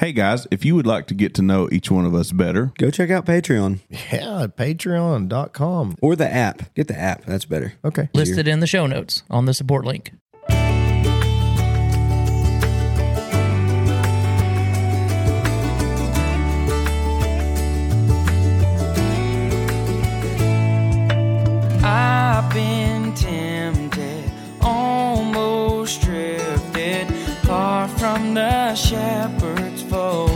Hey guys, if you would like to get to know each one of us better, Go check out Patreon Yeah, patreon.com. or the app. Get the app. That's better. Okay. listed in the show notes on the support link. I've been tempted, almost drifted, far from the shepherd's fold.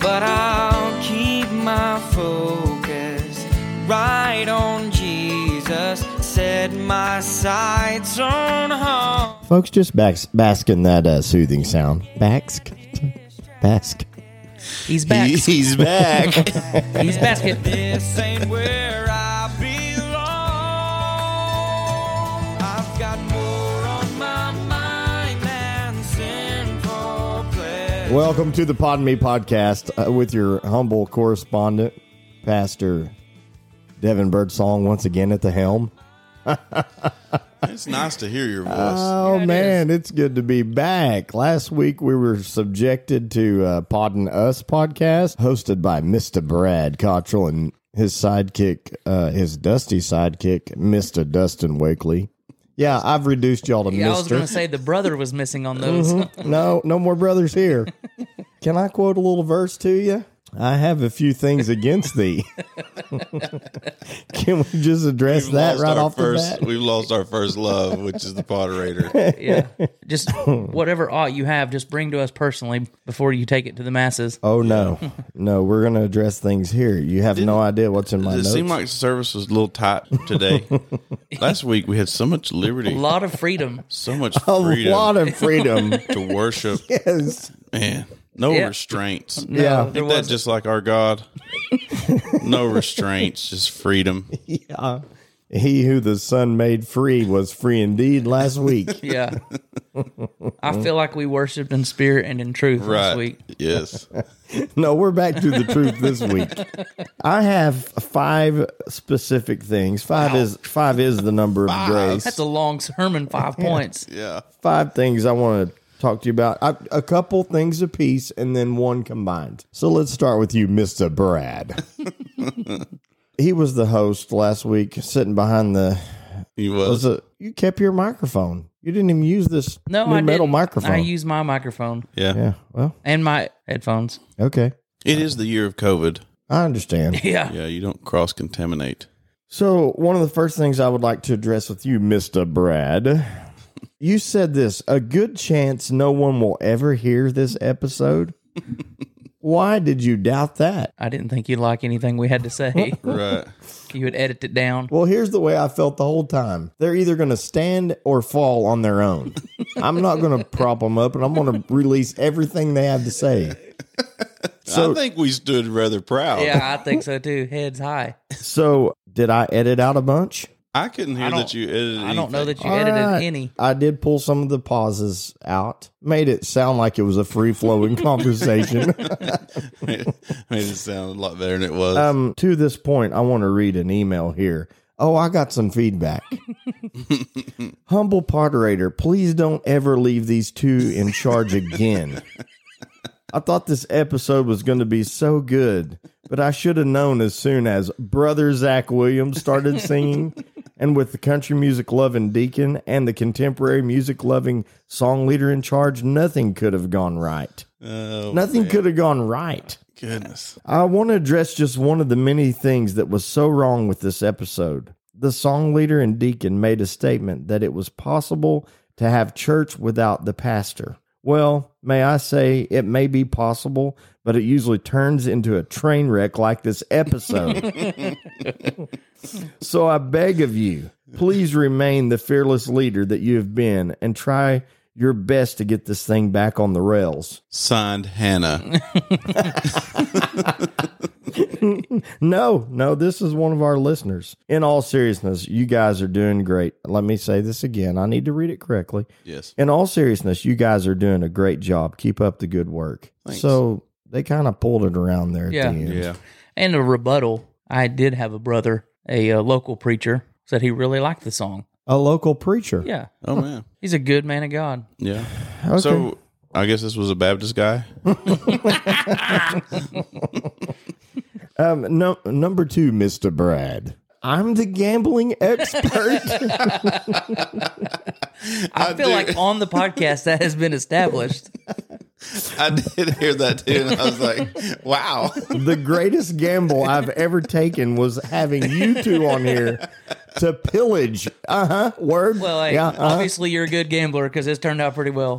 But I'll keep my focus right on Jesus, set my sights on home. Folks, just bask, bask in that uh, soothing sound. Bask. Bask. He's back. He's back. He's basket. This ain't where I belong. I've got more on my mind than sinful pleasure. Welcome to the Pod Me podcast uh, with your humble correspondent, Pastor Devin Birdsong, once again at the helm. it's nice to hear your voice. Oh, man, it's good to be back. Last week we were subjected to uh, Podding Us podcast, hosted by Mr. Brad Cottrell and his sidekick, uh, his dusty sidekick, Mr. Dustin Wakely. Yeah, I've reduced y'all to Yeah, I was Mr. going to say the brother was missing on those. No, no more brothers here. Can I quote a little verse to you? I have a few things against thee. Can we just address We've that lost right our off first, the bat? We've lost our first love, which is the Potterator. Yeah. Just whatever ought you have, just bring to us personally before you take it to the masses. Oh no, no, we're gonna address things here. You have no idea what's in my Does it notes. seem like the service was a little tight today? Last week we had so much A liberty, lot of freedom. so much a freedom lot of freedom. to worship. yes. Man, no Yeah. restraints. No, Yeah. there Isn't that wasn't. just like our God? no restraints, just freedom. Yeah. He who the Son made free was free indeed last week. Yeah. I feel like we worshiped in spirit and in truth Right. this week. Yes. No, we're back to the truth this week. I have five specific things. Five is five is the number of grace. That's a long sermon, five points. Yeah. five things I want to talk to you about. I, a couple things apiece, and then one combined. So let's start with you, Mister Brad. he was the host last week, sitting behind the. He Was was. a, you kept your microphone? You didn't even use this No, new I metal didn't. microphone. I use my microphone Yeah. yeah. Well, and my headphones. okay. It is the year of COVID. I understand. Yeah. Yeah, you don't cross contaminate. So, one of the first things I would like to address with you, Mr. Brad, you said this a good chance no one will ever hear this episode. Why did you doubt that? I didn't think you'd like anything we had to say. Right. you would edit it down. Well, here's the way I felt the whole time they're either going to stand or fall on their own. I'm not going to prop them up and I'm going to release everything they have to say. I think we stood rather proud. Yeah, I think so too. Heads high. So, did I edit out a bunch? I couldn't hear I that don't- you edited. I don't know anything. that you edited All right. any. I did pull some of the pauses out, made it sound like it was a free flowing conversation. made it sound a lot better than it was. um, to this point, I want to read an email here. Oh, I got some feedback. Humble Potterator, please don't ever leave these two in charge again. I thought this episode was going to be so good, but I should have known as soon as Brother Zach Williams started singing. And with the country music loving deacon and the contemporary music loving song leader in charge, nothing could have gone right. oh, Nothing could have gone right. goodness. I want to address just one of the many things that was so wrong with this episode. The song leader and deacon made a statement that it was possible to have church without the pastor. Well, may I say it may be possible, but it usually turns into a train wreck like this episode. so I beg of you, please remain the fearless leader that you have been and try your best to get this thing back on the rails. Signed Hannah. No, no, this is one of our listeners. In all seriousness, you guys are doing great. Let me say this again. I need to read it correctly. Yes. In all seriousness, you guys are doing a great job. Keep up the good work. Thanks. So they kind of pulled it around there Yeah. at the end. Yeah. And a rebuttal. I did have a brother, a uh, local preacher, said he really liked the song. A local preacher. Yeah, Oh man. he's a good man of God. Yeah. Okay. So I guess this was a Baptist guy. Um, no, number two, Mr. Brad. I'm the gambling expert. I, feel do. like on the podcast that has been established. I did hear that too, and I was like, "Wow, the greatest gamble I've ever taken was having you two on here to pillage. Uh huh. Word. Well, hey, yeah. uh-huh. obviously you're a good gambler because it's turned out pretty well.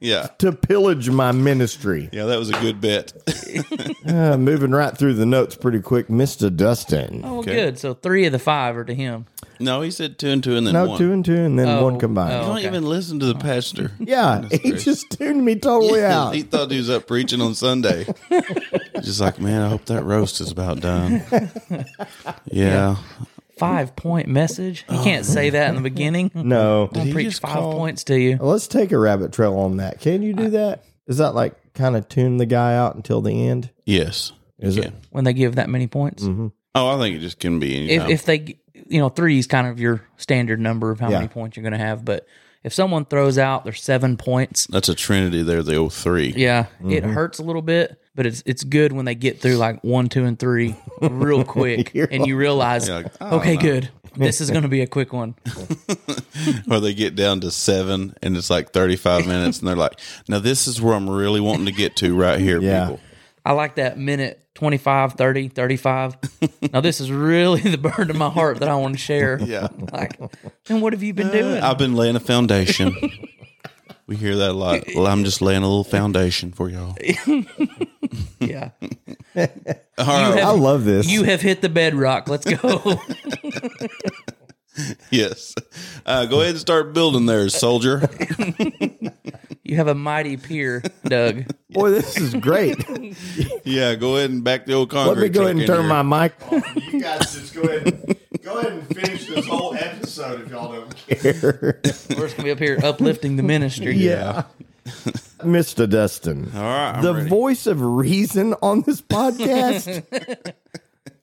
yeah, To pillage my ministry. yeah, that was a good bet." Uh, moving right through the notes pretty quick, Mr. Dustin. Oh, good. So three of the five are to him. no, he said two and two, and then no, one. two and two, and then Oh, one combined. You oh. don't Okay. even listen to the pastor. Yeah, he great. just tuned me totally out. he thought he was up preaching on Sunday. Just like, man, I hope that roast is about done. Yeah. Five point message. You can't say that in the beginning. No. I'll Oh, he preach just five call- points to you. Let's take a rabbit trail on that. Can you do that? Is that like kind of tune the guy out until the end? Yes. Is it? when they give that many points. Oh, I think it just can be any If, time. if they, you know, three is kind of your standard number of how Yeah. many points you're going to have. But if someone throws out their seven points, That's a trinity there, the old three. yeah, it Mm-hmm. hurts a little bit, but it's it's good when they get through like one, two, and three real quick, and you realize, like, I don't okay, know. good, this is going to be a quick one. Or they get down to seven and it's like 35 minutes and they're like, now this is where I'm really wanting to get to right here, Yeah. people. I like that minute 25, 30, 35. now this is really the burden of my heart that I want to share. Yeah. Like, and what have you been doing? I've been laying a foundation. we hear that a lot. Well, I'm just laying a little foundation for y'all. yeah, All right. I love this. you have hit the bedrock. Let's go. Yes. Uh, go ahead and start building there, soldier. You have a mighty peer, Doug. Boy, this is great. Yeah, go ahead and back the old concrete. Let me go ahead and turn my mic. You guys just go ahead, and, go ahead and finish this whole episode if y'all don't care. We're just gonna be up here uplifting the ministry. Yeah. Mr. Dustin. All right, I'm the ready. voice of reason on this podcast.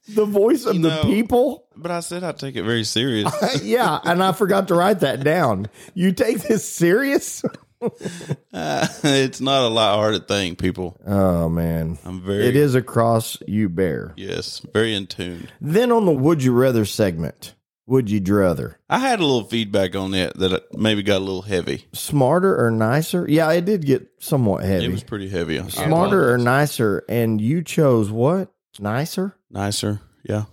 the voice of You the know- people. But I said I take it very serious. yeah, and I forgot to write that down. You take this serious? it's not a light-hearted thing, people. Oh man. I'm very It is a cross you bear. yes, very in tune. Then on the would you rather segment, would you druther? I had a little feedback on it that it maybe got a little heavy. Smarter or nicer? Yeah, it did get somewhat heavy. It was pretty heavy. I Smarter or apologize. nicer? And you chose what? Nicer? nicer? Yeah,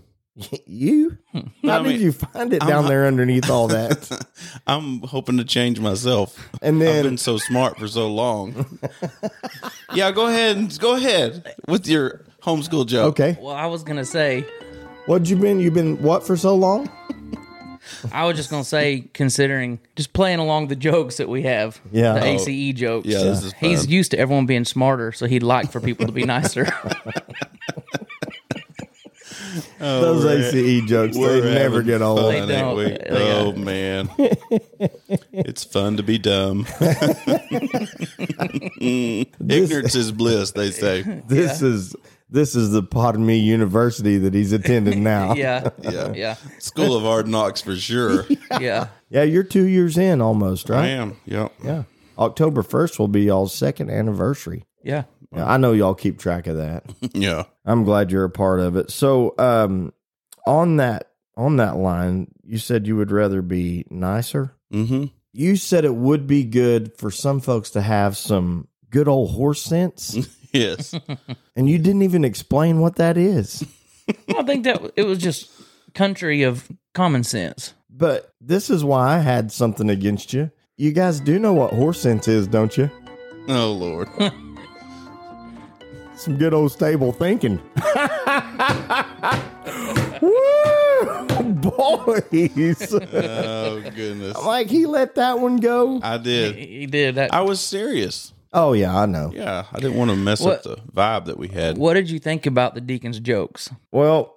You? How Hmm. I did mean, you find it I'm down not- there underneath all that? I'm hoping to change myself. And I've then been so smart for so long. yeah, go ahead. and Go ahead with your homeschool joke. Okay. Well, I was gonna say, What'd you been? You've been what for so long? I was just gonna say, considering just playing along the jokes that we have, Yeah. the Oh. ACE jokes. Yeah, this is he's fun. used to everyone being smarter, so he'd like for people to be nicer. Those ACE jokes, they Oh, We're never having get old. fun, They ain't don't. we? They- they Oh man, it's fun to be dumb. Ignorance is bliss, they say. This is this is the part of me university that he's attending now. yeah, Yeah. yeah, School of hard knocks for sure. yeah. Yeah, you're two years in almost, I right? am. Yep. Yeah. October first will be y'all's second anniversary. Yeah. Now, I know y'all keep track of that. Yeah. I'm glad you're a part of it. So um on that on that line, you said you would rather be nicer. Mm-hmm. You said it would be good for some folks to have some good old horse sense. Yes. And you didn't even explain what that is. Well, I think that it was just country of common sense. But this is why I had something against you. You guys do know what horse sense is, don't you? Oh Lord. Some good old stable thinking. Woo! Boys! Oh goodness. like he let that one go. I did. He did. That, I was serious. Oh yeah, I know. Yeah. I didn't want to mess up the vibe that we had. what did you think about the deacon's jokes? Well,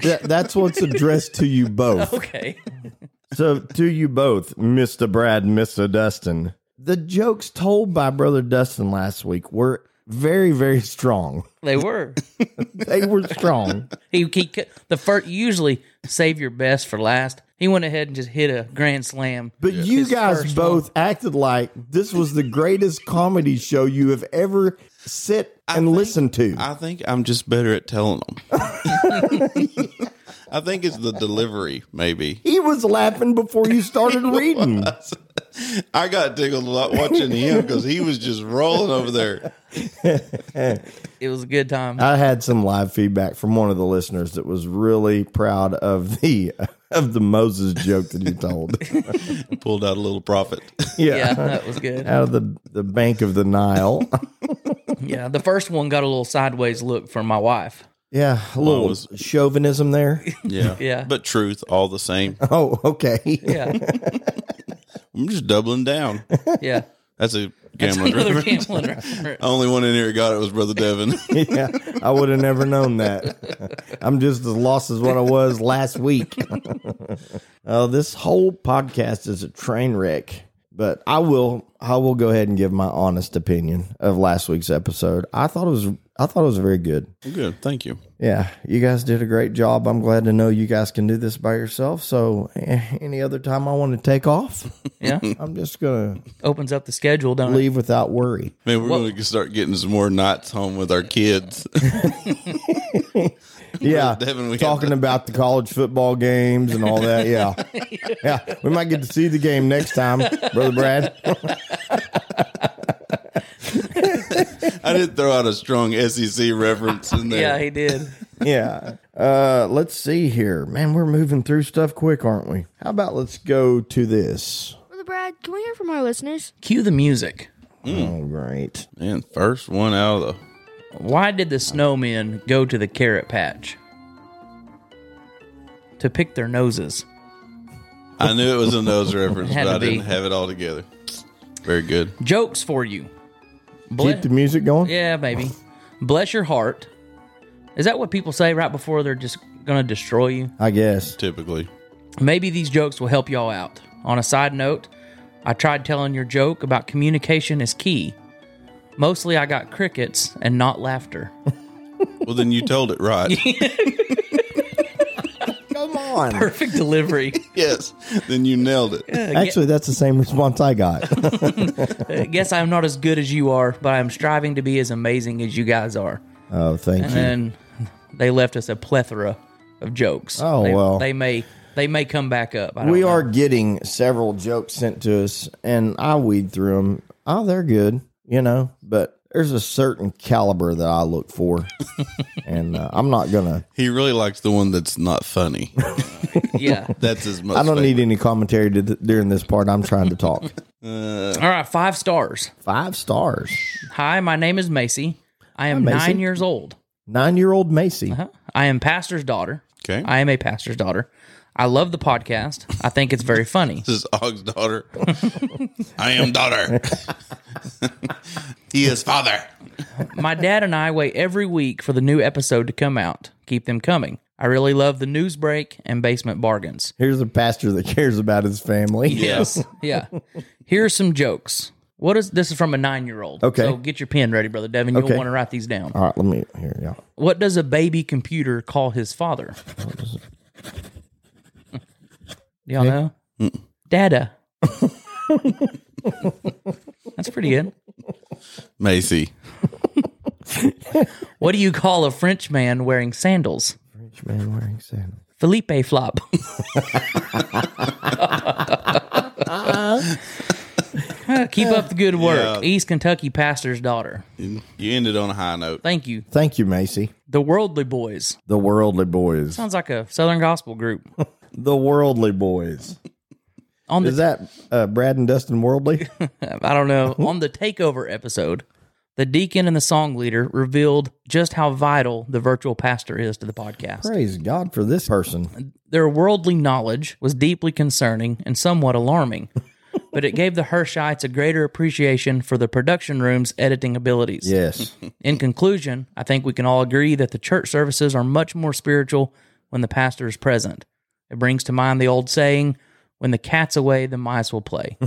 th- that's what's addressed to you both. Okay. So to you both, Mr. Brad, and Mr. Dustin, the jokes told by Brother Dustin last week were very, very strong. They were. They were strong. He, he the first usually save your best for last. He went ahead and just hit a grand slam. But you His guys first both acted like this was the greatest comedy show you have ever sit and listened to. I think I'm just better at telling them. I think it's the delivery, maybe. he was laughing before you started reading. I got tickled a lot watching him because he was just rolling over there. It was a good time. I had some live feedback from one of the listeners that was really proud of the of the Moses joke that you told. Pulled out a little profit. yeah, yeah. that was good. Out of the, the bank of the Nile. Yeah, the first one got a little sideways look from my wife. yeah. A little Well, it chauvinism there. Yeah. Yeah. But truth, all the same. Oh, okay. Yeah, I'm just doubling down. yeah. That's a That's gambling another reference. gambling reference. Only one in here who got it was Brother Devin. yeah, I would have never known that. I'm just as lost as what I was last week. uh, this whole podcast is a train wreck, but I will I will go ahead and give my honest opinion of last week's episode. I thought it was I thought it was very good. Good. Thank you. Yeah, you guys did a great job. I'm glad to know you guys can do this by yourself. So eh, any other time I want to take off, Yeah, I'm just gonna opens up the schedule, don't it? leave without worry. Man, we're going to start getting some more nights home with our kids. Yeah, Devin, we have talking to- about the college football games and all that. Yeah, yeah, we might get to see the game next time, brother Brad. I did throw out a strong SEC reference in there. Yeah, he did. yeah. Uh, let's see here, man. We're moving through stuff quick, aren't we? How about let's go to this. Brother Brad, can we hear from our listeners? Cue the music. All right. Man, first one out of the. Why did the snowmen go to the carrot patch? To pick their noses. I knew it was a nose reference, Had but I to be. didn't have it all together. Very good. Jokes for you. Ble- Keep the music going. yeah, maybe. Bless your heart. Is that what people say right before they're just gonna destroy you? I guess. Typically, Maybe these jokes will help y'all out. On a side note, I tried telling your joke about communication is key. Mostly I got crickets and not laughter. well, then you told it right. Come on. Perfect delivery. yes, then you nailed it. Actually, that's the same response I got. I guess I'm not as good as you are, but I'm striving to be as amazing as you guys are. oh, thank you. And they left us a plethora of jokes. Oh, they, well. They may they may come back up. I don't We know. are getting several jokes sent to us, and I weed through them. Oh, they're good, you know, but there's a certain caliber that I look for, and uh, I'm not gonna. He really likes the one that's not funny. yeah. That's his most. I don't need any commentary to th- during this part. I'm trying to talk. All right, five stars. Five stars. Hi, my name is Macy. I am Macy. nine years old. Nine year old Macy. Huh? I am pastor's daughter. Okay. I am a pastor's daughter. I love the podcast. I think it's very funny. This is Og's daughter. I am daughter. he is father. My dad and I wait every week for the new episode to come out. Keep them coming. I really love the news break and basement bargains. Here's a pastor that cares about his family. Yes. yeah. Here are some jokes. What is this is from a nine year old. Okay. So get your pen ready, brother Devin. You'll Okay. want to write these down. All right, let me here. Yeah. What does a baby computer call his father? Y'all know? Dada. That's pretty good. Macy. What do you call a French man wearing sandals? Rich man wearing sandals. Felipe flop. Keep up the good work. Yeah. East Kentucky pastor's daughter. You ended on a high note. Thank you. Thank you, Macy. The Worldly Boys. The worldly boys. Sounds like a Southern gospel group. The worldly boys. On the Is that uh, Brad and Dustin Worldly? I don't know. On the takeover episode, the deacon and the song leader revealed just how vital the virtual pastor is to the podcast. Praise God for this person. Their worldly knowledge was deeply concerning and somewhat alarming, but it gave the Hershites a greater appreciation for the production room's editing abilities. Yes. In conclusion, I think we can all agree that the church services are much more spiritual when the pastor is present. It brings to mind the old saying, when the cat's away, the mice will play.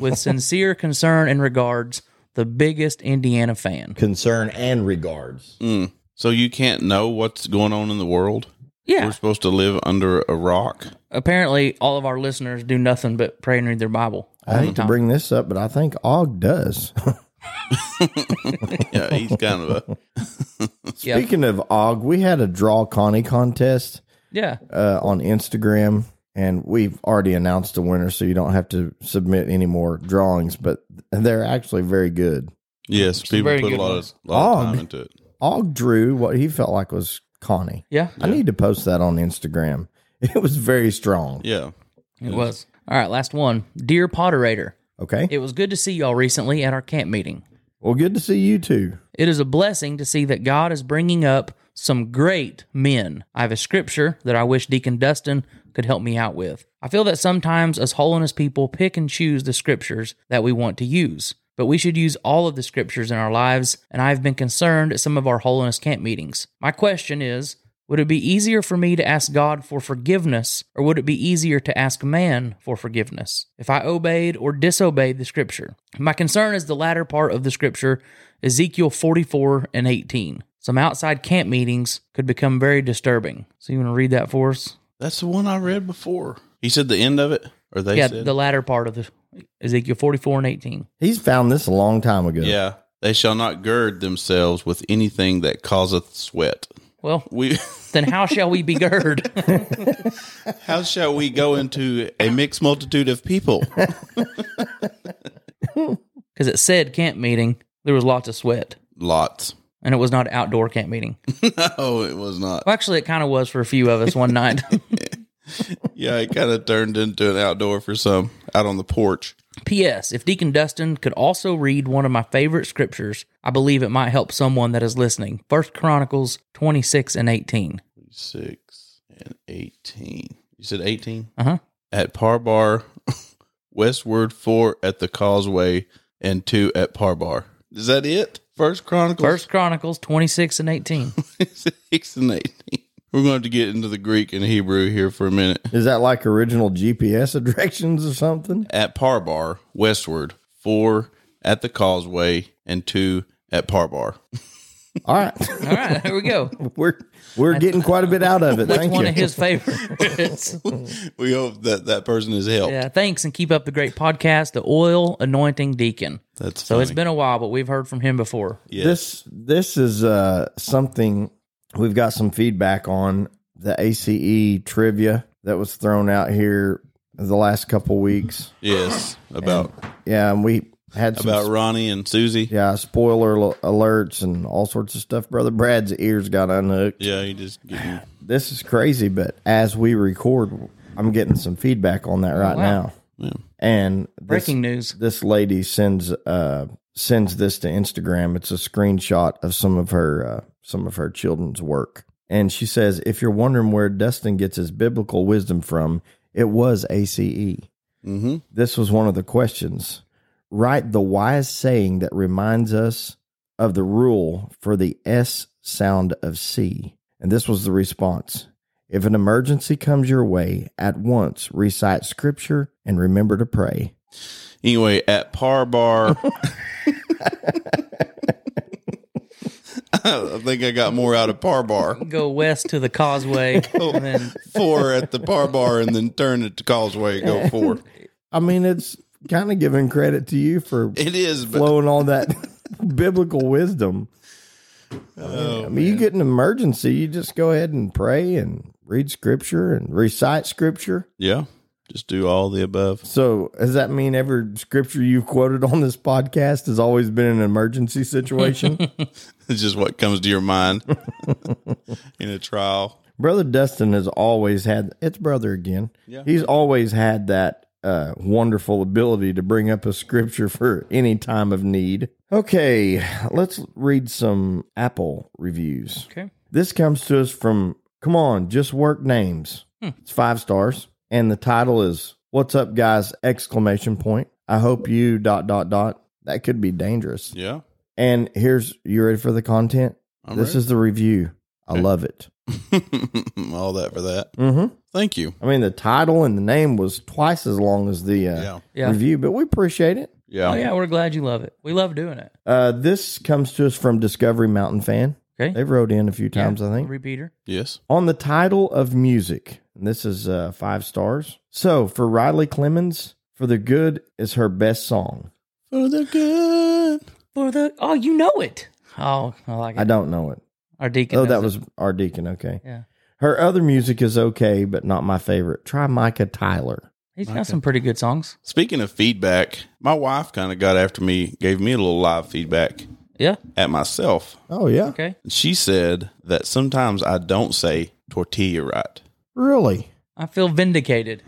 With sincere concern and regards, the biggest Indiana fan. Concern and regards. Mm-hmm. So you can't know what's going on in the world? Yeah. We're supposed to live under a rock. Apparently, all of our listeners do nothing but pray and read their Bible. all I the hate to time. bring this up, but I think Og does. Yeah, he's kind of a. Yeah. Speaking of Og, we had a draw Connie contest Yeah. uh, on Instagram, and we've already announced the winner, so you don't have to submit any more drawings. But they're actually very good. Yes, people very put a good lot ones. of, lot of Og. time into it. Og drew what he felt like was Connie. Yeah. I need to post that on Instagram. It was very strong. Yeah. It was. All right. Last one. Dear Potterator, Okay. it was good to see y'all recently at our camp meeting. well, good to see you too. It is a blessing to see that God is bringing up some great men. I have a scripture that I wish Deacon Dustin could help me out with. I feel that sometimes us holiness people pick and choose the scriptures that we want to use, but we should use all of the scriptures in our lives, and I have been concerned at some of our holiness camp meetings. My question is would it be easier for me to ask God for forgiveness, or would it be easier to ask man for forgiveness if I obeyed or disobeyed the scripture? My concern is the latter part of the scripture, Ezekiel 44 and 18. Some outside camp meetings could become very disturbing. So, you want to read that for us? That's the one I read before. He said the end of it, or they yeah, said, the latter part of the Ezekiel 44 and 18. He's found this a long time ago. yeah, they shall not gird themselves with anything that causeth sweat. Well, We, then how shall we be girded? how shall we go into a mixed multitude of people? Because it said camp meeting, there was lots of sweat, Lots. and it was not an outdoor camp meeting. No, Oh, it was not. Well, actually, it kind of was for a few of us one night. Yeah, it kind of turned into an outdoor for some out on the porch. P.S. If Deacon Dustin could also read one of my favorite scriptures, I believe it might help someone that is listening. First Chronicles 26 and 18. Six and 18. You said 18? Uh-huh. At Parbar, westward four at the causeway, and two at Parbar. Is that it? First Chronicles. First Chronicles 26 and 18. six and eighteen. We're going to get into the Greek and Hebrew here for a minute. Is that like original GPS directions or something? At Parbar, westward, four at the causeway, and two at Parbar. All right. All right, there we go. we're we're getting quite a bit out of it. That's Thank one you. of his favorites. We hope that that person is helped. yeah, thanks and keep up the great podcast, The Oil Anointing Deacon. That's So funny. it's been a while, but we've heard from him before. yes. This this is uh, something we've got some feedback on the ACE trivia that was thrown out here the last couple weeks. yes about Yeah, and we had some about Ronnie and Susie. Yeah. yeah spoiler al- alerts and all sorts of stuff. Brother Brad's ears got unhooked. you just getting, This is crazy, but as we record, I'm getting some feedback on that right Oh, wow. now. And this- Breaking news. this lady sends uh sends this to Instagram. It's a screenshot of some of her uh, some of her children's work, and she says, "If you're wondering where Dustin gets his biblical wisdom from, it was ACE. hmm This was one of the questions. Write the wise saying that reminds us of the rule for the S sound of C." And this was the response. If an emergency comes your way, at once recite scripture and remember to pray. Anyway, at Parbar. I think I got more out of Parbar. Go west to the causeway and then Four at the Parbar, and then turn at the causeway and go four. I mean, it's kind of giving credit to you for It is, but blowing all that biblical wisdom. I mean, you get an emergency, you just go ahead and pray and read scripture and recite scripture. Yeah. Just do all the above. So, does that mean every scripture you've quoted on this podcast has always been an emergency situation? It's just what comes to your mind in a trial. Brother Dustin has always had it's brother again. He's always had that uh, wonderful ability to bring up a scripture for any time of need. Okay, let's read some Apple reviews. Okay. This comes to us from Come On, Just Work Names. It's five stars. And the title is What's Up Guys? Exclamation point. I hope you dot dot dot. That could be dangerous. Yeah. And here's you ready for the content? I'm this is the review. I love it. all that for that. Mm-hmm. Thank you. I mean, the title and the name was twice as long as the uh, Yeah. Yeah. review, but we appreciate it. Yeah. Oh yeah, we're glad you love it. We love doing it. Uh, this comes to us from Discovery Mountain Fan. Okay. They've wrote in a few times, I think. Repeater. Yes. on the title of music. And this is uh, five stars. So for Riley Clemens, For the Good is her best song. For the good. For the oh, you know it. Oh, I like it. I don't know it. Our deacon. Oh, that knows was our deacon. Okay. it. yeah. Her other music is okay, but not my favorite. Try Micah Tyler. He's got some pretty good songs. Speaking of feedback, my wife kind of got after me, gave me a little live feedback Yeah. at myself. Oh, yeah. Okay. She said that sometimes I don't say tortilla right. Really? I feel vindicated.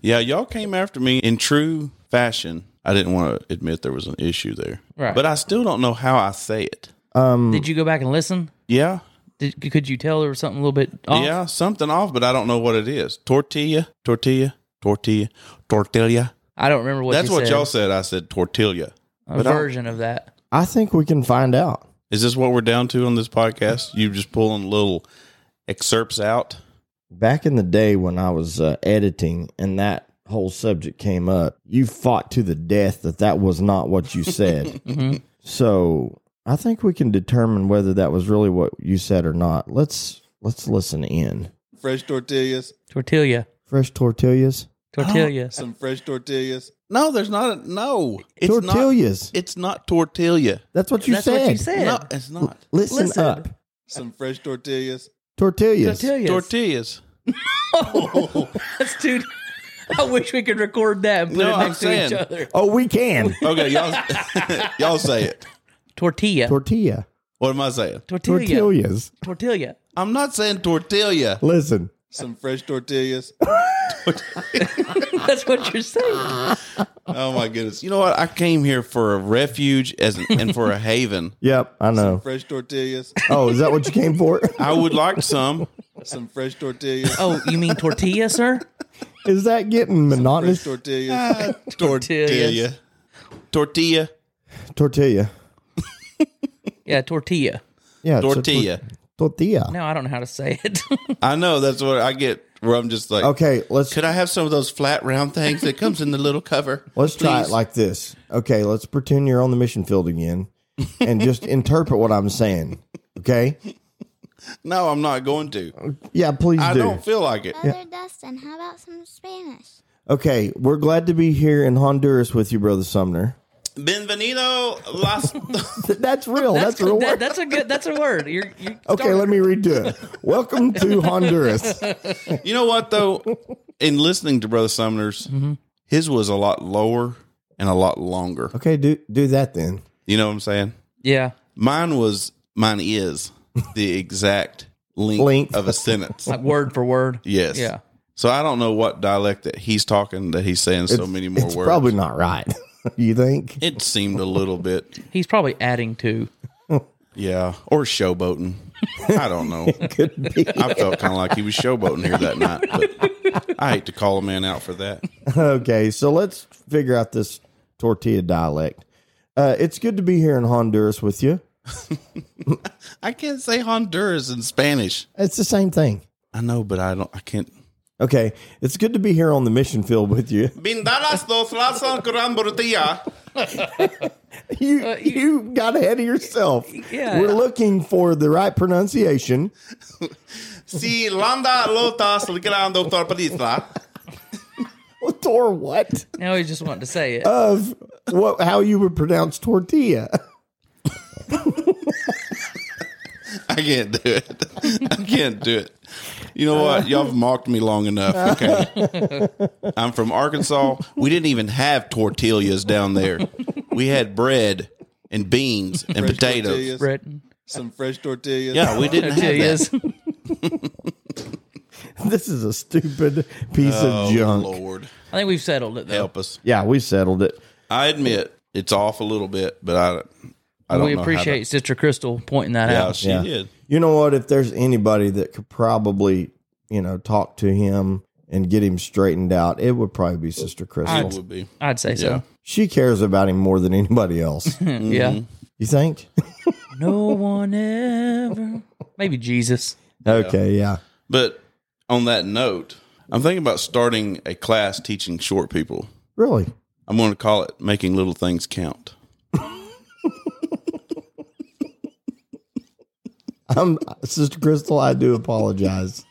Yeah, y'all came after me in true fashion. I didn't want to admit there was an issue there. Right. But I still don't know how I say it. Hmm. Um, Did you go back and listen? Yeah. Did, could you tell there was something a little bit off? Yeah, something off, but I don't know what it is. Tortilla, tortilla, tortilla, tortilla. I don't remember what That's you what said. y'all said. I said tortilla. A but I- version of that. I think we can find out. Is this what we're down to on this podcast? You just pulling little excerpts out? Back in the day when I was uh, editing and that whole subject came up, you fought to the death that that was not what you said. Mhm. So I think we can determine whether that was really what you said or not. Let's let's listen in. Fresh tortillas, Tortilla. Fresh tortillas. Tortilla. some fresh tortillas. No, there's not. A, no, it's tortillas. Not, it's not tortilla. that's what you That's said. what you said. No, it's not. Listen, Listen. up. Some fresh tortillas. Tortillas. Tortillas. Tortillas. That's too. I wish we could record that and put No, it I'm next saying- to each other. Oh, we can. Okay, y'all, y'all say it. Tortilla. Tortilla. What am I saying? tortilla. Tortilla. Tortillas. I'm not saying tortilla. Listen. Some fresh tortillas. That's what you're saying. Oh my goodness! You know what? I came here for a refuge as an, and for a haven. Yep, I know. Fresh tortillas. Oh, is that what you came for? I would like some. Some fresh tortillas. Oh, you mean tortilla, sir? is that getting monotonous? tortillas. Tortillas. Tortilla. Tortilla. Tortilla. Yeah, tortilla. Yeah. it's a tor- Tortilla. tortilla. No, I don't know how to say it. I know that's what I get. Where I'm just like, Okay, let's could I have some of those flat round things that comes in the little cover? Let's try it please? like this. Okay, let's pretend you're on the mission field again and just interpret what I'm saying. Okay? No, I'm not going to. Yeah, please I do. don't feel like it. Brother Dustin, how about some Spanish? Okay, we're glad to be here in Honduras with you, Brother Sumner. Bienvenido las. Th- That's real. That's, real. that- word. that's a good. That's a word. You're, you're Oh. okay, let me redo it. Welcome to Honduras. you know what though? In listening to Brother Sumner's, Mm-hmm. his was a lot lower and a lot longer. Okay, do do that then. You know what I'm saying? Yeah. Mine was mine is the exact length, Length. of a sentence. Like word for word. Yes. Yeah. So I don't know what dialect that he's talking that he's saying so many more it's words. probably not right. you think? it seemed a little bit, He's probably adding to. yeah, or showboating. I don't know. Could be. I felt kind of like he was showboating here that night. But I hate to call a man out for that. Okay, so let's figure out this tortilla dialect. Uh, it's good to be here in Honduras with you. I can't say Honduras in Spanish. It's the same thing. I know, but I don't. I can't. Okay, it's good to be here on the mission field with you. Bindalas dos lazo gran tortilla. You you- you, got ahead of yourself. Yeah. We're looking for the right pronunciation. Si landa lotas gran tortilla. Or what? Now he's just wanting to say it. Uh, Of what how you would pronounce tortilla. I can't do it. I can't do it. You know what? Y'all have mocked me long enough. Okay. I'm from Arkansas. We didn't even have tortillas down there. We had bread and beans and potatoes. Breton. Some fresh tortillas. Yeah, we didn't have that. Tortillas. This is a stupid piece Oh, of junk. Lord, I think we've settled it though. help us. Yeah, we settled it. I admit it's off a little bit, but I, I don't we know how to- appreciate Sister Crystal pointing that Yeah, out. she Yeah. did. You know what? If there's anybody that could probably, you know, talk to him and get him straightened out, it would probably be Sister Crystal. It would be. I'd say so. she cares about him more than anybody else. Yeah. Mm-hmm. you think? No one ever. Maybe Jesus. okay, yeah. But on that note, I'm thinking about starting a class teaching short people. Really? I'm going to call it making little things count. I'm, Sister Crystal, I do apologize.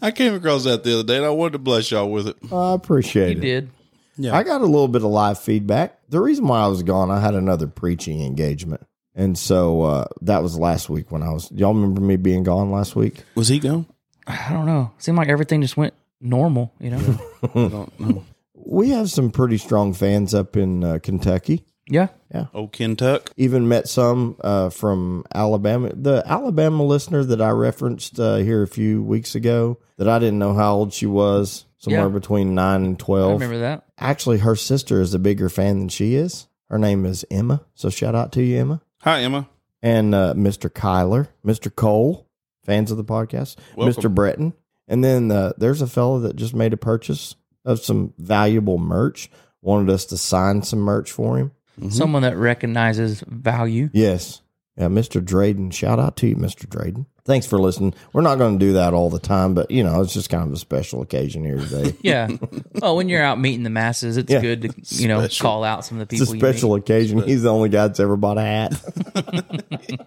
I came across that the other day, and I wanted to bless y'all with it. I appreciate You it. did. I got a little bit of live feedback. The reason why I was gone, I had another preaching engagement. And so uh, that was last week when I was. Y'all remember me being gone last week? Was he gone? I don't know. Seemed like everything just went normal, you know? I don't know. We have some pretty strong fans up in uh, Kentucky. yeah. Oh, Kentuck. Even met some uh, from Alabama. The Alabama listener that I referenced uh, here a few weeks ago, that I didn't know how old she was, somewhere Yeah. between nine and I 12. remember that. Actually, her sister is a bigger fan than she is. Her name is Emma. So shout out to you, Emma. Hi, Emma. and uh, Mr. Kyler, Mr. Cole, fans of the podcast, Welcome. Mr. Breton. And then uh, there's a fellow that just made a purchase of some valuable merch, wanted us to sign some merch for him. Mm-hmm. Someone that recognizes value. Yes. Yeah, Mr. Drayden. Shout out to you, Mr. Drayden. Thanks for listening. We're not going to do that all the time, but you know, it's just kind of a special occasion here today. Yeah. well, when you're out meeting the masses, it's Yeah. good to, you know, call out some of the it's a people special occasion. He's the only guy that's ever bought a hat.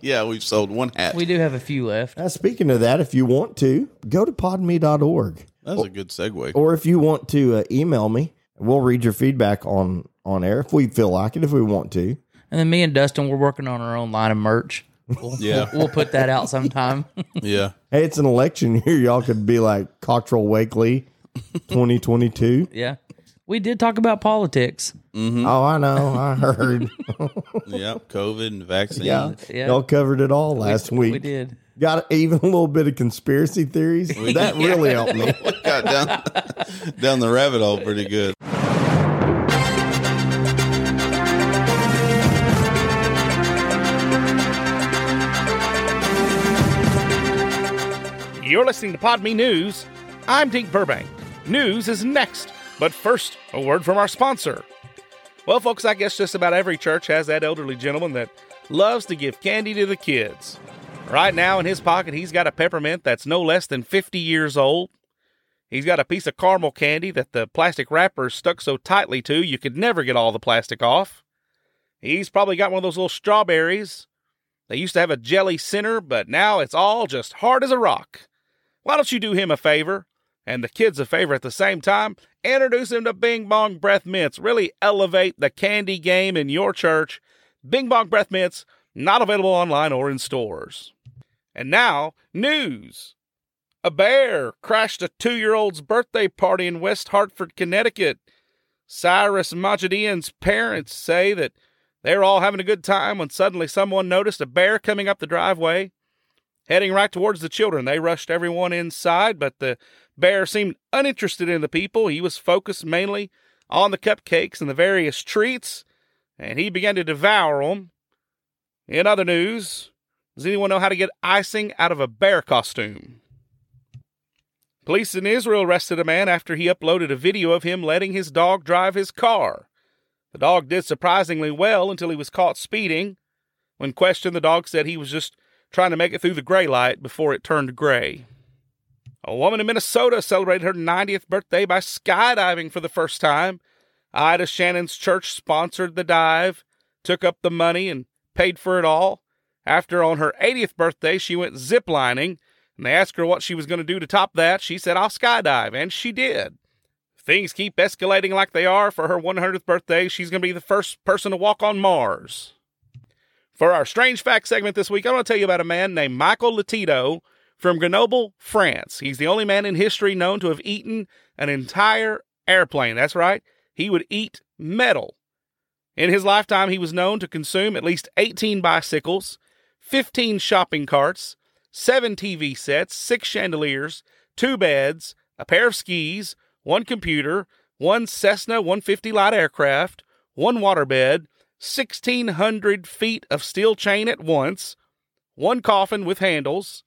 Yeah, we've sold one you hat. meet. We do have a few left. now, speaking of that, if you want to, go to podme.org. That was a good segue. or if you want to uh, email me, we'll read your feedback on on air if we feel like it, if we want to. And then me and Dustin, we're working on our own line of merch. We'll, Yeah. we'll, we'll put that out sometime. Yeah. Hey, it's an election year. Y'all could be like Cottrell Wakely, twenty twenty two. yeah. We did talk about politics. Mm-hmm. Oh, I know, I heard. Yeah. COVID and vaccines. yeah. Yeah. y'all covered it all last week. We did. Got even a little bit of conspiracy theories. that really helped me. Got down, down the rabbit hole pretty good. You're listening to Podme News. I'm Dink Burbank. News is next, but first, a word from our sponsor. Well, folks, I guess just about every church has that elderly gentleman that loves to give candy to the kids. Right now, in his pocket, he's got a peppermint that's no less than 50 years old. He's got a piece of caramel candy that the plastic wrapper is stuck so tightly to you could never get all the plastic off. He's probably got one of those little strawberries. They used to have a jelly center, but now it's all just hard as a rock. Why don't you do him a favor and the kids a favor at the same time? Introduce him to Bing Bong Breath Mints. Really elevate the candy game in your church. Bing Bong Breath Mints, not available online or in stores. And now, news. A bear crashed a two year old's birthday party in West Hartford, Connecticut. Cyrus Majedian's parents say that they were all having a good time when suddenly someone noticed a bear coming up the driveway. Heading right towards the children, they rushed everyone inside, but the bear seemed uninterested in the people. He was focused mainly on the cupcakes and the various treats, and he began to devour them. In other news, does anyone know how to get icing out of a bear costume? Police in Israel arrested a man after he uploaded a video of him letting his dog drive his car. The dog did surprisingly well until he was caught speeding. When questioned, the dog said he was just trying to make it through the gray light before it turned gray. A woman in Minnesota celebrated her 90th birthday by skydiving for the first time. Ida Shannon's church sponsored the dive, took up the money, and paid for it all. After on her 80th birthday, she went ziplining, and they asked her what she was going to do to top that. She said, I'll skydive, and she did. If things keep escalating like they are for her 100th birthday, she's going to be the first person to walk on Mars. For our strange fact segment this week, I want to tell you about a man named Michael Letito from Grenoble, France. He's the only man in history known to have eaten an entire airplane. That's right, he would eat metal. In his lifetime, he was known to consume at least 18 bicycles, 15 shopping carts, 7 TV sets, 6 chandeliers, 2 beds, a pair of skis, 1 computer, 1 Cessna 150 light aircraft, 1 waterbed, 1,600 feet of steel chain at once, 1 coffin with handles,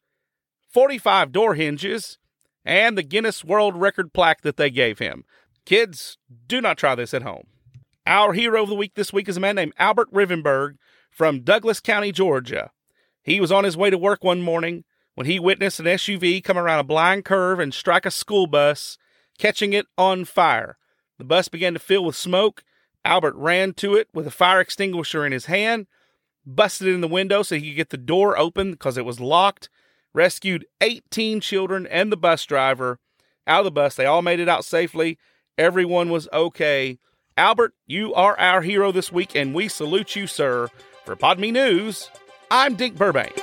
45 door hinges, and the Guinness World Record plaque that they gave him. Kids, do not try this at home. Our hero of the week this week is a man named Albert Rivenberg from Douglas County, Georgia. He was on his way to work one morning when he witnessed an SUV come around a blind curve and strike a school bus, catching it on fire. The bus began to fill with smoke. Albert ran to it with a fire extinguisher in his hand, busted in the window so he could get the door open because it was locked, rescued 18 children and the bus driver out of the bus. They all made it out safely. Everyone was okay. Albert, you are our hero this week, and we salute you, sir. For Podme News, I'm Dink Burbank.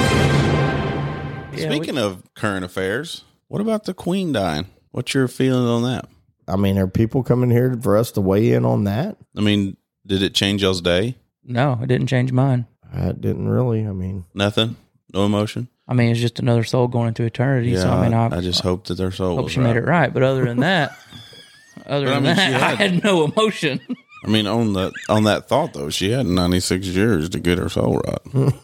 Yeah, we- Speaking of current affairs, what about the Queen dying? What's your feeling on that? I mean, are people coming here for us to weigh in on that? I mean, did it change y'all's day? no, it didn't change mine. I didn't really. I mean, Nothing? No emotion? I mean, it's just another soul going into eternity. so I mean, I, just hope that their soul hope was she made it right. But other than that, other But I than mean, that, she I had- had no emotion. I mean, on the on that thought though, she had ninety six years to get her soul right.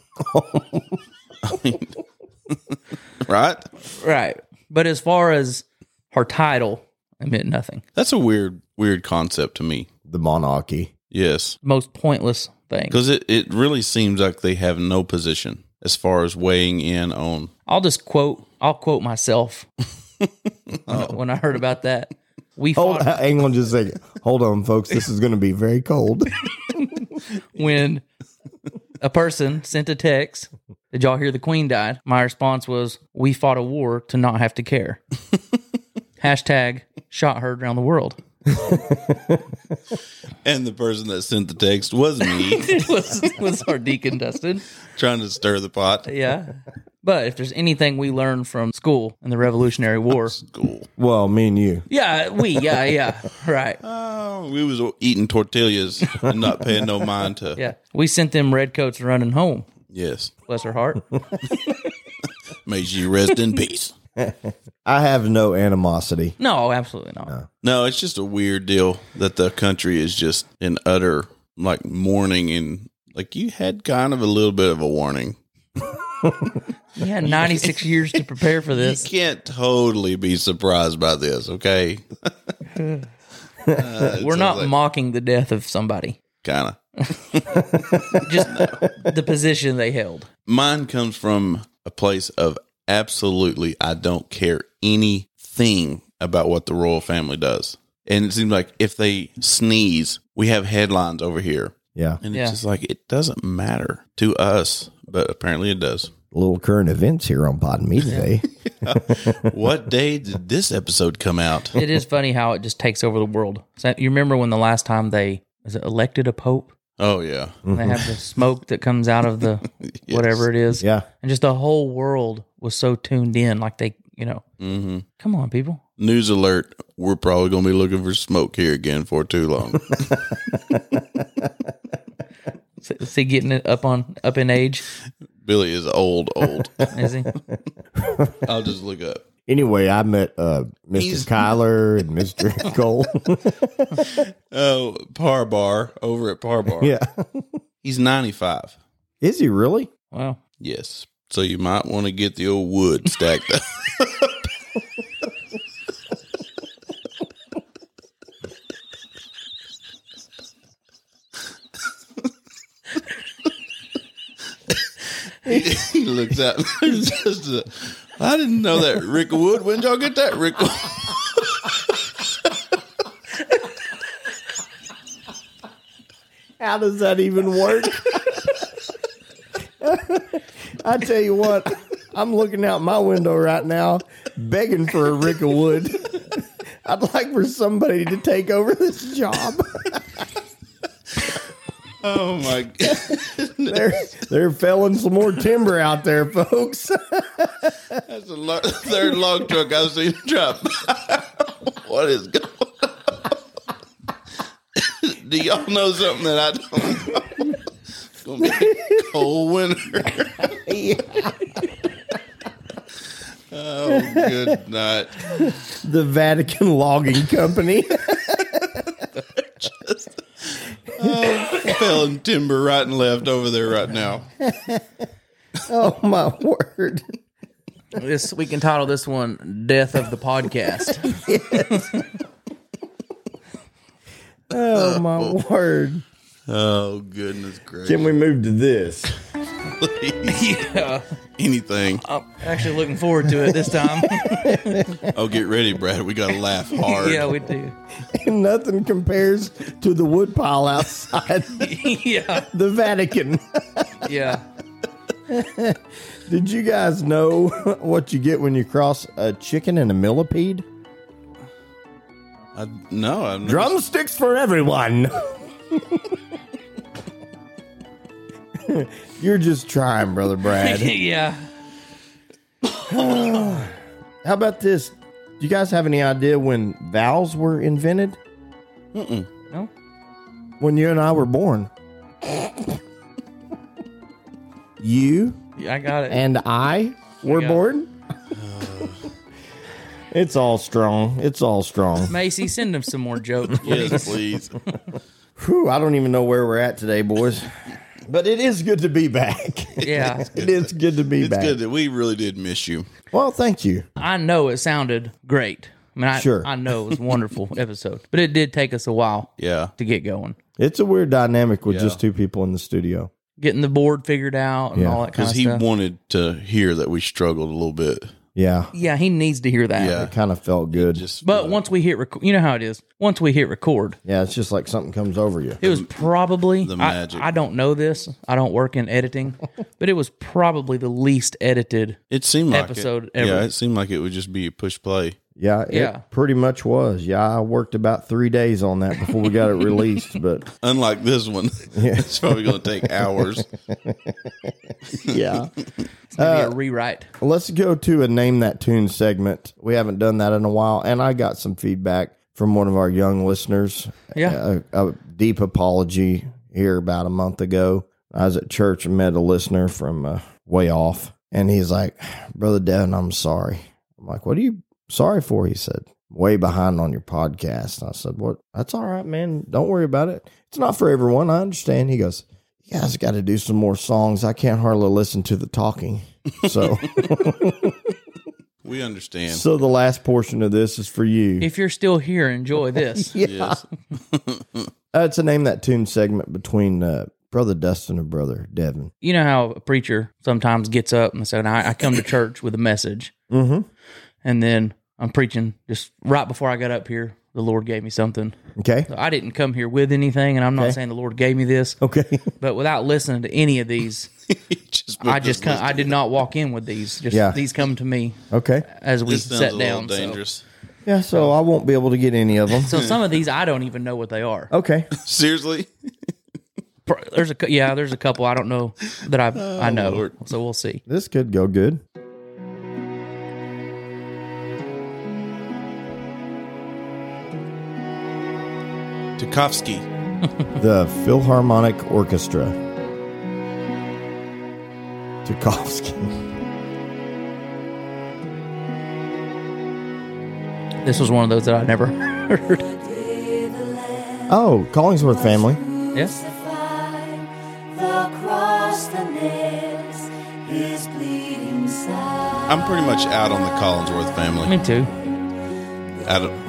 I mean, right? right. But as far as her title, it meant nothing. That's a weird weird concept to me. the monarchy. Yes, Most pointless thing. because it it really seems like they have no position as far as weighing in on. I'll just quote. I'll quote myself when I heard about that. We Hold, fought hang on just a second. Hold on, folks. This is going to be very cold. when a person sent a text. Did y'all hear the queen died? My response was, "We fought a war to not have to care." Hashtag shot heard around the world. And the person that sent the text was me, It was was our deacon Dustin. trying to stir the pot. Yeah. But if there's anything we learned from school in the Revolutionary War, Cool. Well, me and you. yeah, we, yeah, yeah, right, Oh, we was eating tortillas and not paying no mind to. yeah, we sent them redcoats running home. Yes, Bless her heart. may she rest in peace. I have no animosity. No, absolutely not. No, it's just a weird deal that the country is just in utter like mourning and like you had kind of a little bit of a warning. You had 96 years to prepare for You this. can't totally be surprised by this, okay? We're not mocking the death of somebody, Kind of. just the position they held. Mine comes from a place of absolutely, I don't care anything about what the royal family does. And it seems like if they sneeze, we have headlines over here. Yeah. And Yeah. it's just like, it doesn't matter to us, but apparently it does. Little current events here on Pod Me today. what day did this episode come out? It is funny how it just takes over the world. So you remember when the last time they was it elected a pope? Oh, yeah. And they have the smoke that comes out of the whatever it is. Yeah. and just the whole world was so tuned in like they you know come on people News alert. We're probably going to be looking for smoke here again for too long. see, see getting it up on up in age Billy is old, old. is he I'll just look up. Anyway, I met uh, Mr. He's- Kyler and Mr. Cole. Oh, Parbar over at Parbar. yeah. He's 95. Is he really? wow Yes. So you might want to get the old wood stacked up. he, he looks out. There's just a, I didn't know that Rick Wood. When did y'all get that Rick? Wood? How does that even work? I tell you what, I'm looking out my window right now, begging for a rick of wood. I'd like for somebody to take over this job. Oh my! God. They're they're felling some more timber out there, folks. That's the lo- third log truck I've seen drop. what is going? on? Do y'all know something that I don't know? It's gonna be a cold winter. oh, good night. The Vatican Logging Company. Felling timber right and left over there right now. Oh my word. this we can title this one death of the podcast Oh my word. Oh goodness gracious! Can we move to this? please. yeah. Anything. I'm actually looking forward to it this time. Oh, get ready, Brad. We got to laugh hard. yeah, we do. Nothing compares to the woodpile outside yeah. the Vatican. Yeah. Did you guys know what you get when you cross a chicken and a millipede? I, no, I'm Drumsticks for everyone. You're just trying, brother Brad. yeah. How about this? Do you guys have any idea when vowels were invented? No. When you and I were born. you Yeah, I got it. and I were Yeah. born? it's all strong. It's all strong. Macy, send him some more jokes. Yes, please. Whew, I don't even know where we're at today, boys. But it is good to be back. Yeah. It is good to be It's back. good that we really did miss you. Well, thank you. I know it sounded great. I mean, I, Sure. I know it was a wonderful episode, but it did take us a while Yeah. to get going, It's a weird dynamic with Yeah. just two people in the studio. getting the board figured out and Yeah. all that kind Because of he stuff. wanted to hear that we struggled a little bit. Yeah, yeah, he needs to hear that. Yeah. it kind of felt good. Just But once we hit record, you know how it is. Once we hit record, yeah, it's just like something comes over you. it was probably the I- magic. I, don't know this. I don't work in editing, but it was probably the least edited. it seemed like episode It. ever. Yeah, it seemed like it would just be push play. Yeah, it Yeah. pretty much was. Yeah, I worked about three days on that before we got it released. But Unlike this one, it's probably going to take hours. yeah, It's gonna Uh, be a rewrite. let's go to a name that tune segment. We haven't done that in a while, and I got some feedback from one of our young listeners. Yeah. a, a deep apology here about a month ago. I was at church and met a listener from uh, way off, and he's like, "Brother Devin, I'm sorry." I'm like, "What are you sorry for?" He said, "Way behind on your podcast." And I said, "What? That's all right, man. Don't worry about it. It's not for everyone. I understand." He goes. You guys got to do some more songs. I can't hardly listen to the talking. So We understand. So the last portion of this is for you. If you're still here, enjoy this. yes. uh, it's a name that tune segment between uh, brother Dustin and brother Devin. You know how a preacher sometimes gets up and said, I, I come to church with a message. Mm-hmm. And then I'm preaching just right before I got up here. The Lord gave me something. Okay. So I didn't come here with anything, and I'm not Okay. saying the Lord gave me this, Okay. but without listening to any of these, just I just come, I did not walk in with these. Just Yeah. these come to me okay. as we This sounds a sat little down. so- dangerous. Yeah. So I won't be able to get any of them. So, some of these I don't even know what they are. Okay. Seriously, Pro- There's a cou- yeah, there's a couple I don't know that I I know. Oh, Lord. So we'll see. This could go good. Tchaikovsky. The Philharmonic Orchestra. Tchaikovsky. This was one of those that I never heard. Oh, Collingsworth family. Yes, I'm pretty much out on the Collinsworth family. me too. I don't.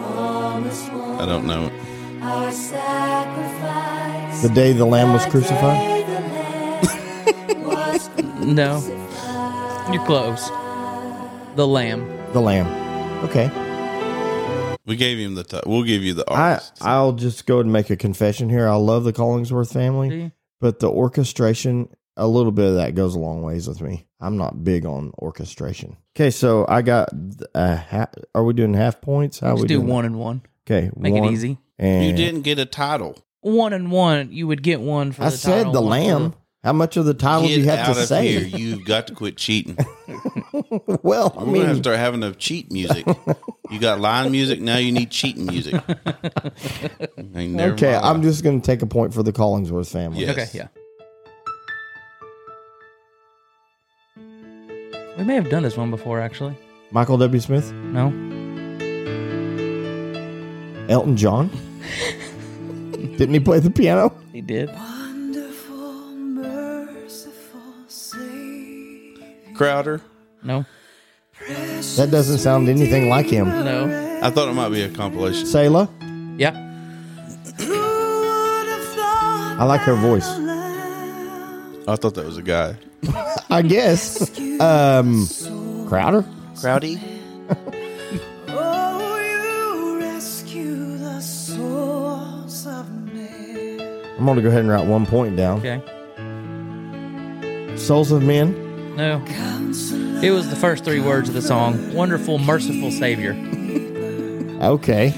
I don't know. The day the lamb was crucified. No, you're close. The lamb. The lamb. Okay. We gave him the. T- we'll give you the I artist. I'll just go and make a confession here. I love the Collingsworth family. See? but the orchestration a little bit of that goes a long ways with me i'm not big on orchestration okay so i got a ha- are we doing half points how Just we do doing? one and one. okay Make one it easy. and you didn't get a title. One and one, you would get one for. i the said title, the one for lamb how much of the title do Get you have out to of here! say You've got to quit cheating. well We're gonna have to i mean start having to cheat music. you got line music now. You need cheating music. Hey, never okay mind. i'm just gonna take a point for the collingsworth family Yeah. Okay, Yes. yeah. We may have done this one before, actually. michael w smith No, elton john didn't he play the piano he did. Crowder. No, that doesn't sound anything like him no. I thought it might be a compilation. Sayla, Yeah, i like her voice I thought that was a guy. I guess. Um, Crowder? Crowdy. Oh, I'm going to go ahead and write one point down. Okay. Souls of Men. No. It was the first three words of the song Wonderful, Merciful Savior. Okay.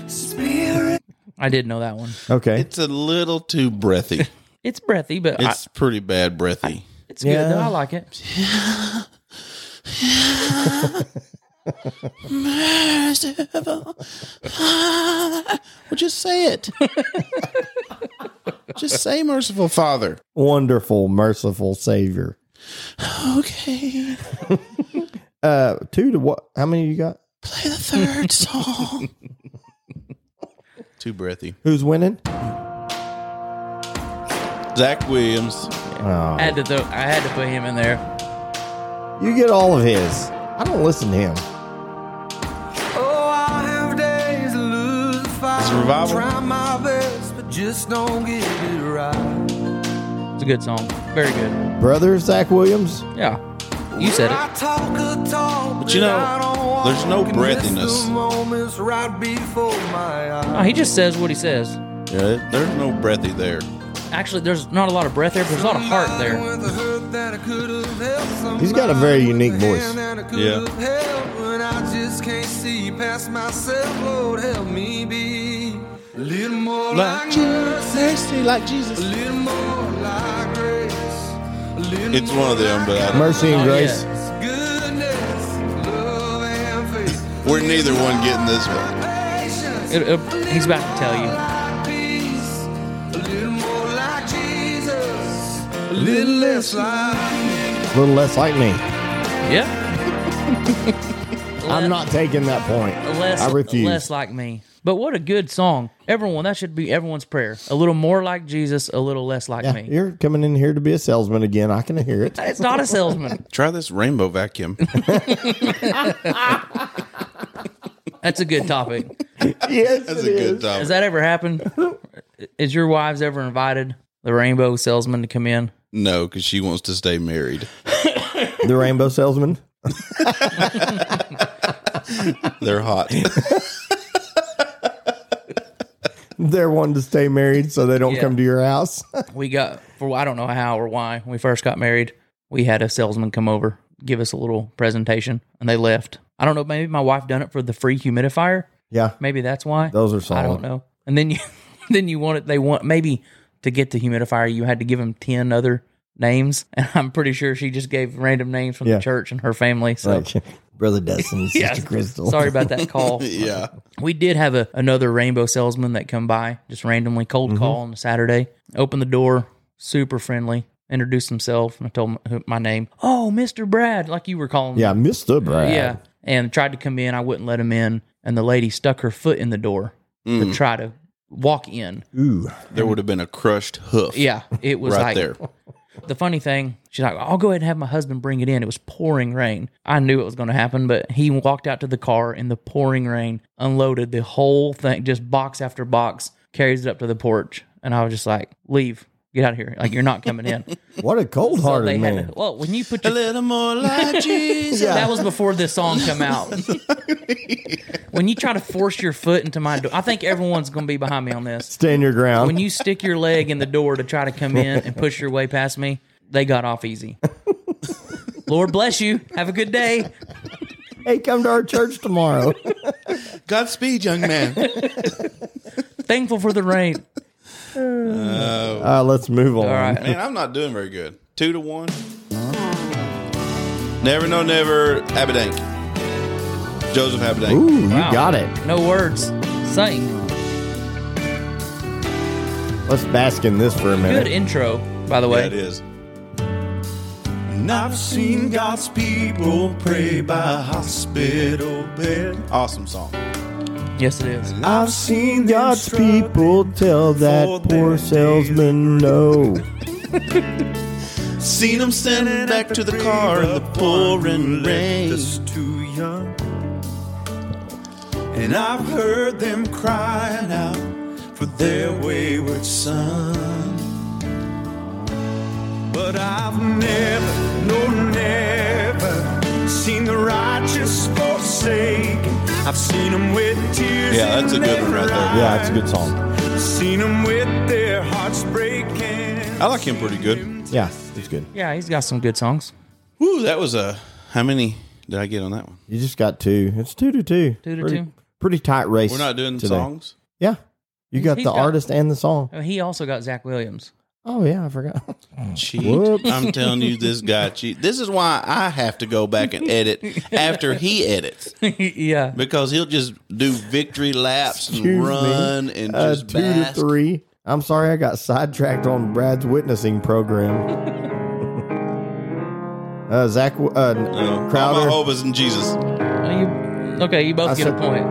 I did know that one. Okay. It's a little too breathy. It's breathy, but I, It's pretty bad breathy. it's good. Yeah. though. I like it. Well, just say it. just say merciful father. Wonderful, merciful Savior. Okay. Uh, two to what? How many you got? Play the third song. Too breathy. Who's winning? Zach Williams. Oh, I had to throw, I had to put him in there. you get all of his. I don't listen to him. Oh, I have days to lose the fight. It's a revival. Try my best, but just don't get it right. It's a good song. Very good. Brother Zach Williams. Yeah. You said it. I talk the talk, But you know, I don't walk there's no and miss breathiness. the moments right before my eyes. No, Oh, he just says what he says. Yeah, there's no breathy there. Actually, there's not a lot of breath there, but there's a lot of heart there. With a hurt that I could've helped He's got a very somebody, unique with a voice. hand that I could've helped, and I just can't see past myself. Lord, help me be a little more like, mercy, like a Jesus. little more like grace, a little It's one of them, but I don't, Mercy and Not Grace. yet. more goodness, love and faith. we're neither one getting this one. Patience, It- it- he's about to tell you. like peace, a little more like Jesus, a little less like A little less like me. Yeah. I'm not taking that point. Less, I refuse. Less like me. But what a good song. Everyone, that should be everyone's prayer. A little more like Jesus, a little less like Yeah, me. You're coming in here to be a salesman again. I can hear it. It's not a salesman. Try this rainbow vacuum. That's a good topic. yes, That's it a good is. topic. Has that ever happened? Is your wives ever invited the rainbow salesman to come in? no, because she wants to stay married. The rainbow salesman. They're hot. They're wanting to stay married so they don't Yeah. come to your house. We got for I don't know how or why when we first got married, we had a salesman come over, give us a little presentation, and they left. I don't know, maybe my wife done it for the free humidifier. yeah, Maybe that's why. those are solid. I don't know. And then you then you want it they want maybe to get the humidifier you had to give them 10 other names and I'm pretty sure she just gave random names from Yeah. the church and her family. So Like, Brother Dustin, Sister Crystal. sorry about that call. yeah. We did have a, another rainbow salesman that come by just randomly cold call on a Saturday. Opened the door, super friendly, introduced himself, and I told him who- my name. Oh, Mister Brad, like you were calling. Yeah, Mr. Brad. yeah. And tried to come in. I wouldn't let him in, and the lady stuck her foot in the door to try to walk in. Ooh. There would have been a crushed hoof. Yeah, it was Right like there. the funny thing. She's like, I'll go ahead and have my husband bring it in. It was pouring rain. I knew it was going to happen, but he walked out to the car in the pouring rain, unloaded the whole thing, just box after box, carries it up to the porch, and I was just like, leave. Get out of here! Like you're not coming in. What a cold So hearted they had man. to- well, when you put A your little more like Jesus. that was before this song come out. when you try to force your foot into my door, I think everyone's going to be behind me on this Stand your ground. when you stick your leg in the door to try to come in and push your way past me, they got off easy. Lord bless you. Have a good day. hey, come to our church tomorrow. Godspeed, young man. Thankful for the rain. uh, let's move on. All right. Man, I'm not doing very good. Two to one. Never know never. Abedank. Joseph Abedank. Ooh, you Wow. got it. No words. Sing. Let's bask in this for a minute. Good intro, by the way. That is. And I've seen God's people pray by hospital bed. Awesome song. yes, it is. I've seen God's people tell For that their poor days. salesman no. Seen him standing back to the car in the pouring rain. Just too young. And I've heard them crying out for their wayward son. But I've never known I've seen 'em with tears. Yeah, that's a in good one their right there. Yeah, it's a good song. eyes. Seen 'em with their hearts breaking. I like him pretty good. Yeah, it's good. Yeah, he's got some good songs. Woo, that was a. How many did I get on that one? You just got two. It's two to two. Two to pretty, two. Pretty tight race. We're not doing today. songs. Yeah. You got He's the got- artist and the song. I mean, Oh, he also got Zach Williams. Oh yeah, I forgot. Cheat. Whoops. I'm telling you, this guy cheat. This is why I have to go back and edit after he edits yeah. because he'll just do victory laps and Excuse me. run and Uh, just two to bask. three. I'm sorry, I got sidetracked on Brad's witnessing program. uh, Zach Oh, uh, No, All my Crowder. hope is in Jesus. Well, you- okay, you both I get said- a point.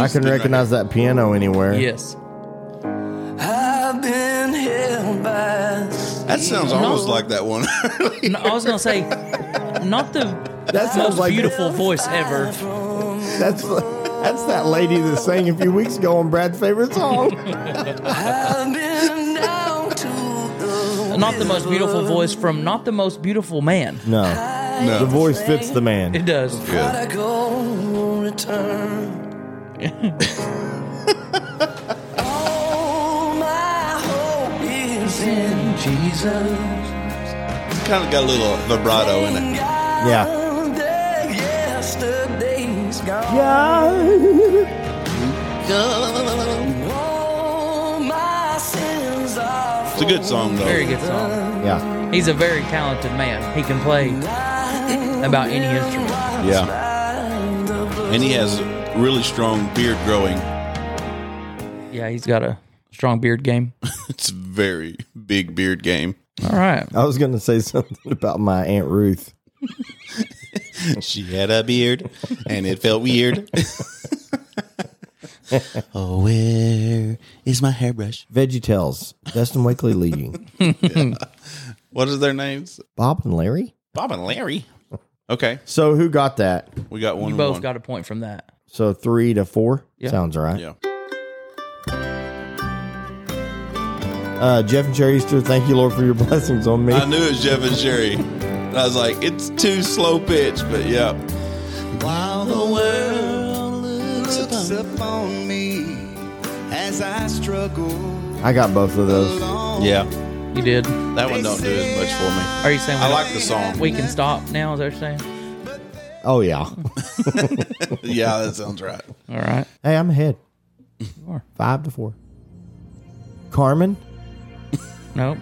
I can recognize that piano anywhere. Yes. I've been held by. That sounds almost like that one. No, I was gonna say, not the That sounds most like beautiful voice ever. that's that's that lady that sang a few weeks ago on Brad's favorite song. I've been down to the. Not the most beautiful voice from not the most beautiful man. No, the no. voice fits the man. It does. Yeah. Prodigal return. All my hope is in Jesus. Kind of got a little vibrato in it. Yeah. Yesterday's gone. All my sins are It's a good song though. Very good song. Yeah. He's a very talented man. He can play about any instrument. Yeah. And he has really strong beard growing. Yeah, he's got a strong beard game. It's very big beard game. All right. I was gonna say something about my aunt Ruth. She had a beard and it felt weird. oh, where is my hairbrush? Veggie Tales, Dustin Wakely leading. What are their names? Bob and Larry. Bob and Larry. Okay. So who got that? We got one. You and both one. got a point from that. So three to four Yeah. sounds all right. Yeah. Uh, Jeff and Jerry Easter, thank you, Lord, for your blessings on me. I knew it was Jeff and Jerry. And I was like, it's too slow pitch, but yeah. While the world looks upon me as I struggle. I got both of those. Yeah. You did. That one don't do as much for me. Are you saying I like the song. we can stop now? Is that what you're saying? Oh yeah. Yeah, that sounds right. All right. hey, I'm ahead. are. Five to four. Carmen. Nope.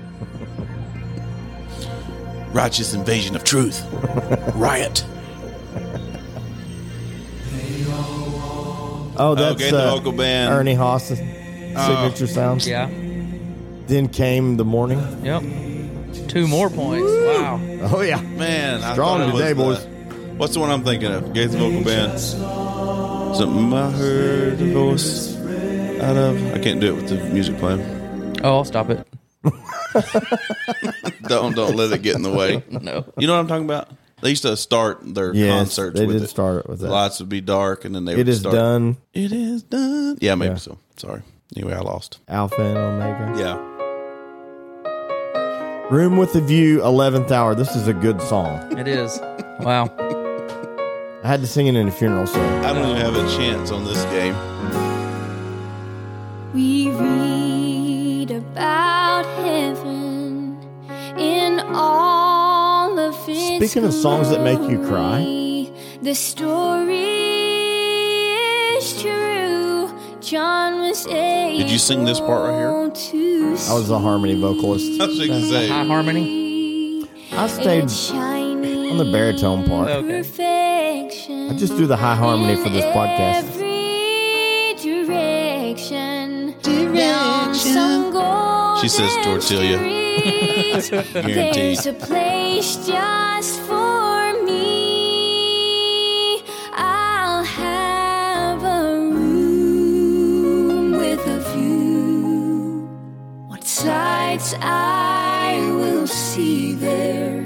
Righteous invasion of truth. Riot. Oh, that's okay, the uh, local band. Uh, Ernie Haas' signature sound. Yeah. Then came the morning. Yep. Two more points. Wow. Oh yeah. Man, I Strong thought it was today, the- boys. What's the one I'm thinking of? Gates Vocal Band. Something I heard a voice out of. I can't do it with the music playing. Oh, I'll stop it. Don't don't let it get in the way. No. You know what I'm talking about? They used to start their Yes, concerts. they with did it. start with The that. lights would be dark, and then they It would is start. done. It is done. Yeah, maybe Yeah. so. Sorry. Anyway, I lost. Alpha and Omega. Yeah. Room with a View, Eleventh Hour. This is a good song. It is. Wow. I had to sing it in a funeral, so I don't even have a chance on this game. We read about heaven in all of its Speaking of songs that make you cry. glory. the story is true. John was able you sing this part right here? here? I was a harmony vocalist. That's what you can say. High harmony. I stayed on the baritone part. Okay. Perfection. I just do the high harmony for this in podcast. Every direction. Down some golden She says tortilla. street, Guaranteed. There's a place just for me. I'll have a room with a view. What sights I will see there.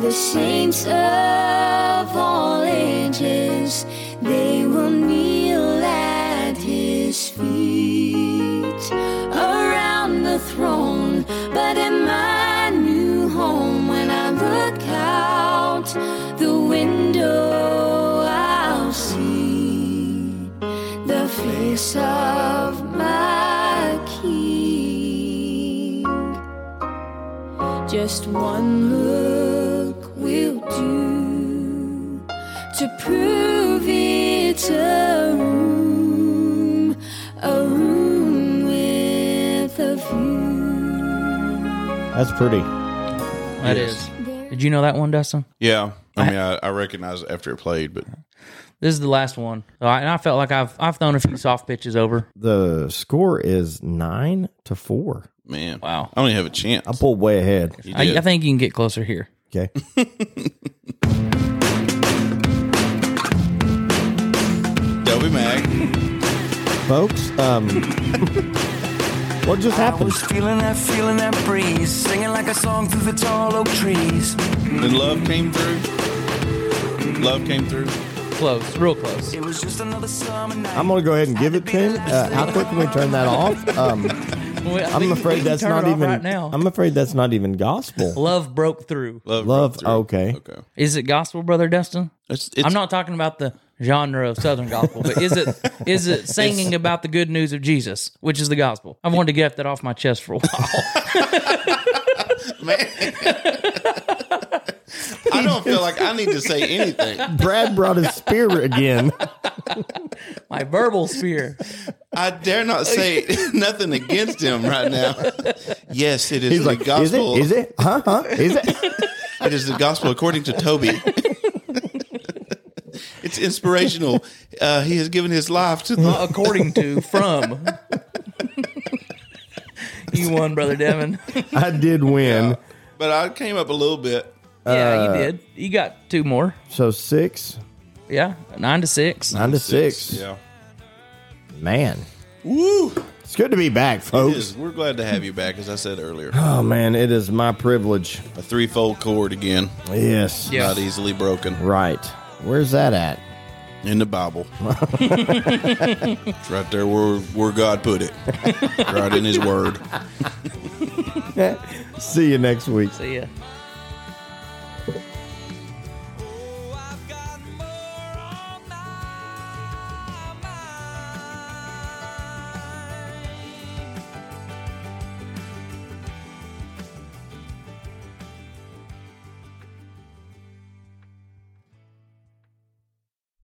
The saints of all ages, they will kneel at his feet around the throne. But in my new home, when I look out the window, I one look will do to prove it's a room, a room with a view. That's pretty. That is. Did you know that one, Dustin? Yeah. I mean, I, I recognized it after it played, but This is the last one. All right, and I felt like I've I've thrown a few soft pitches over. The score is nine to four. man, Wow. I don't even have a chance. I pulled way ahead. You I, did. I think you can get closer here. Okay. Dobby Mag. Folks, um, what just happened? Feeling that, feeling that breeze, singing like a song through the tall oak trees. And love came through. Love came through. Close, real close. It was just another summer night. I'm going to go ahead and give it to him. Uh, how quick can we turn that off? Um, I'm afraid that's not even. right now. I'm afraid that's not even gospel. Love broke through. Love. Love, broke through. okay. Okay. Is it gospel, brother Dustin? It's, it's, I'm not talking about the genre of Southern gospel, but is it is it singing about the good news of Jesus, which is the gospel? I wanted to get that off my chest for a while. I don't feel like I need to say anything. Brad brought his spear again. my verbal spear. I dare not say nothing against him right now. Yes, it is He's the like, is it? gospel. Is it? Huh? Huh? Is it? It is the gospel according to Toby. it's inspirational. Uh, he has given his life to the. Not according to from. you won, brother Devin. I did win. But I came up a little bit. Uh, yeah, you did. You got two more. So six, Yeah, nine to six. nine to six. Yeah. Man, Woo! it's good to be back, It folks. is. We're glad to have you back, as I said earlier. Oh man, it is my privilege. A threefold cord again, Yes. Yeah. not easily broken Right. Where's that at? in the Bible. it's right there where, where God put it, right in His Word. See you next week. See ya.